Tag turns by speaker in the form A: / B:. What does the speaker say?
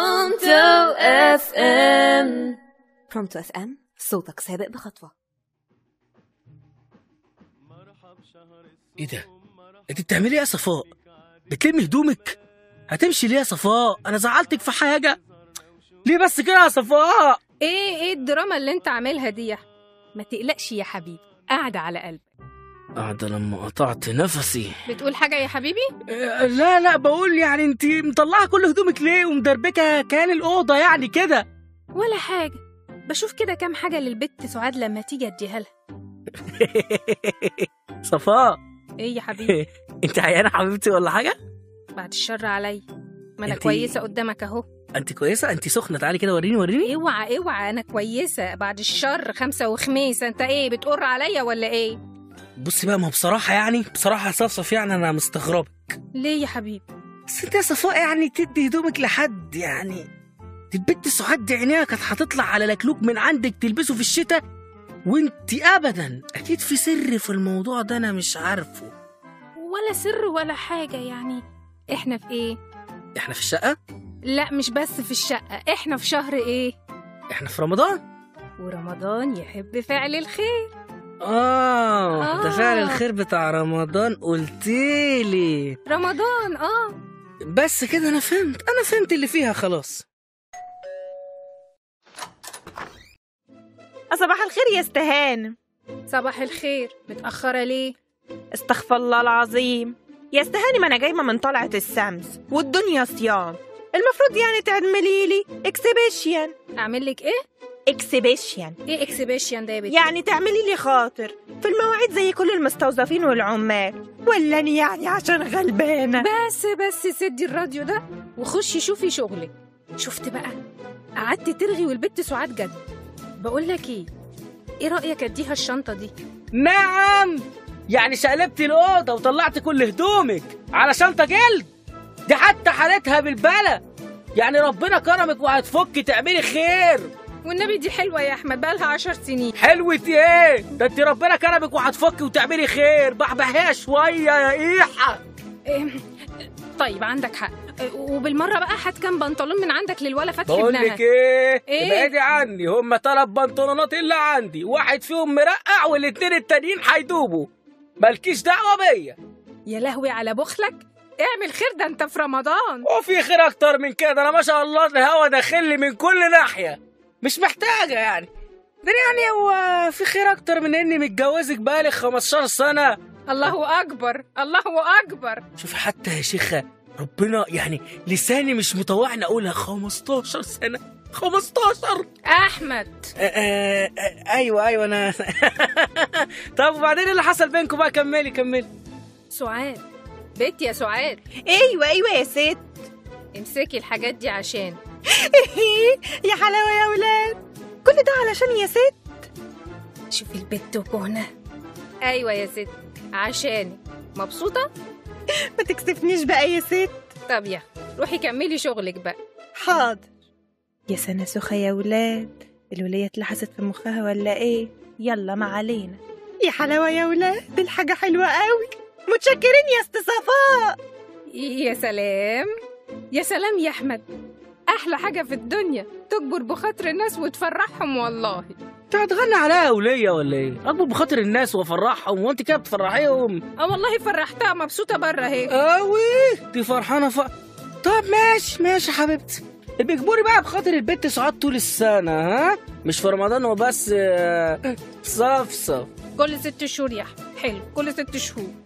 A: برونتو اف ام برونتو اف ام صوتك سابق بخطوه
B: ايه ده انت بتعملي ايه يا صفاء بتلمي هدومك هتمشي ليه يا صفاء انا زعلتك في حاجه ليه بس كده يا صفاء
C: ايه ايه الدراما اللي انت عاملها دي يا ما تقلقش يا حبيبي قاعدة على قلبك
B: قاعده لما قطعت نفسي
C: بتقول حاجة يا حبيبي؟
B: آه، لا لا بقول يعني انت مطلعه كل هدومك ليه ومدربكه كان الاوضه يعني كده
C: ولا حاجة بشوف كده كام حاجة للبت سعاد لما تيجي اديها لها
B: صفاء
C: ايه يا حبيبي
B: انت عيانه حبيبتي ولا حاجه
C: بعد الشر عليا ما انا
B: إنتي-
C: كويسة قدامك اهو
B: انت كويسه انت سخنه تعالي كده وريني وريني
C: اوعى اوعى انا كويسة بعد الشر خمسة وخميسة انت ايه بتقر عليا ولا ايه؟
B: بصي بقى ما هو بصراحه يعني بصراحه يا صفصف يعني انا مستغرب
C: ليه يا حبيبي؟
B: بس انت يا صفاء يعني تدي هدومك لحد يعني دي البت سعاد دي عينيها كانت هتطلع على لكلوك من عندك تلبسه في الشتاء وانت ابدا اكيد في سر في الموضوع ده انا مش عارفه
C: ولا سر ولا حاجة يعني احنا في ايه؟
B: احنا في الشقه
C: لا مش بس في الشقة احنا في شهر ايه؟
B: احنا في رمضان
C: ورمضان يحب فعل الخير
B: اه ده
C: آه.
B: فعل الخير بتاع رمضان قلتيلي
C: رمضان اه
B: بس كده انا فهمت انا فهمت اللي فيها خلاص
D: صباح الخير يا استهان
C: صباح الخير متأخرة ليه؟
D: استغفر الله العظيم يا استهاني ما انا جايبه من طلعه الشمس والدنيا صيام المفروض يعني تعملي لي اكسبيشن
C: أعمل لك إيه؟
D: اكسبيشن
C: إيه إكسبيشن ده يا بنتي؟
D: يعني تعملي لي خاطر في المواعيد زي كل المستوظفين والعمال ولا أنا يعني عشان غلبانه
C: بس بس سدي الراديو ده وخشي شوفي شغلك شفت بقى قعدت ترغي والبت سعاد جد بقول لك إيه؟ إيه رأيك أديها الشنطة دي؟
B: نعم يعني شقلبت الأوضة وطلعت كل هدومك على شنطة جلد دي حتى حالتها بالبلة يعني ربنا كرمك وهتفكي تعملي خير
C: والنبي دي حلوة يا أحمد بقالها عشر سنين
B: حلوة ايه ده انت ربنا كرمك وهتفكي وتعملي خير بحبحيها شوية يا ايحة
C: إيه، طيب عندك حق إيه، وبالمرة بقى هات كام بنطلون من عندك للولا فتحي
B: بقول
C: ابنها
B: لك ايه
C: إيه؟
B: ابعدي عني هم ثلاث بنطلونات اللي عندي واحد فيهم مرقع والاتنين التانيين هيدوبوا مالكيش دعوة بيا
C: يا لهوي على بخلك اعمل خير ده أنت في رمضان
B: وفي خير اكتر من كده انا ما شاء الله الهوا داخل لي من كل ناحيه مش محتاجه يعني ده يعني هو في خير اكتر من اني متجوزك بقالي 15 سنه
C: الله أكبر الله أكبر
B: شوفي حتى يا شيخه ربنا يعني لساني مش مطوعني اقولها 15 سنه 15
C: أحمد
B: آه آه آه، ايوه ايوه انا طب وبعدين إيه اللي حصل بينكم بقى كملي كملي
C: سعاد بيت يا سعاد
D: ايوه ايوه يا ست
C: امسكي الحاجات دي عشان
D: يا حلاوه يا ولاد كل ده علشان يا ست
C: شوفي البت وكهنة أيوة يا ست عشان مبسوطة؟
D: ما تكسفنيش بقى يا ست
C: طب يا روحي كملي شغلك بقى
D: حاضر يا سنة سخة يا ولاد الولية اتلحست في مخها ولا ايه يلا ما علينا يا حلاوة يا ولاد دي الحاجة حلوة قوي متشكرين يا ست صفاء
C: يا سلام يا سلام يا أحمد أحلى حاجة في الدنيا تكبر بخاطر الناس وتفرحهم والله
B: انت هتغني عليها يا وليه ولا ايه؟ اكبر بخاطر الناس وافرحهم وانت كده بتفرحيهم
C: اه والله فرحتها مبسوطة بره اهي
B: قوي دي فرحانه ف... طب ماشي ماشي يا حبيبتي بيجبري بقى بخاطر البت سعاد طول السنه ها مش في رمضان وبس آه، صفصف
C: كل ست شهور يا أحمد حلو كل ست شهور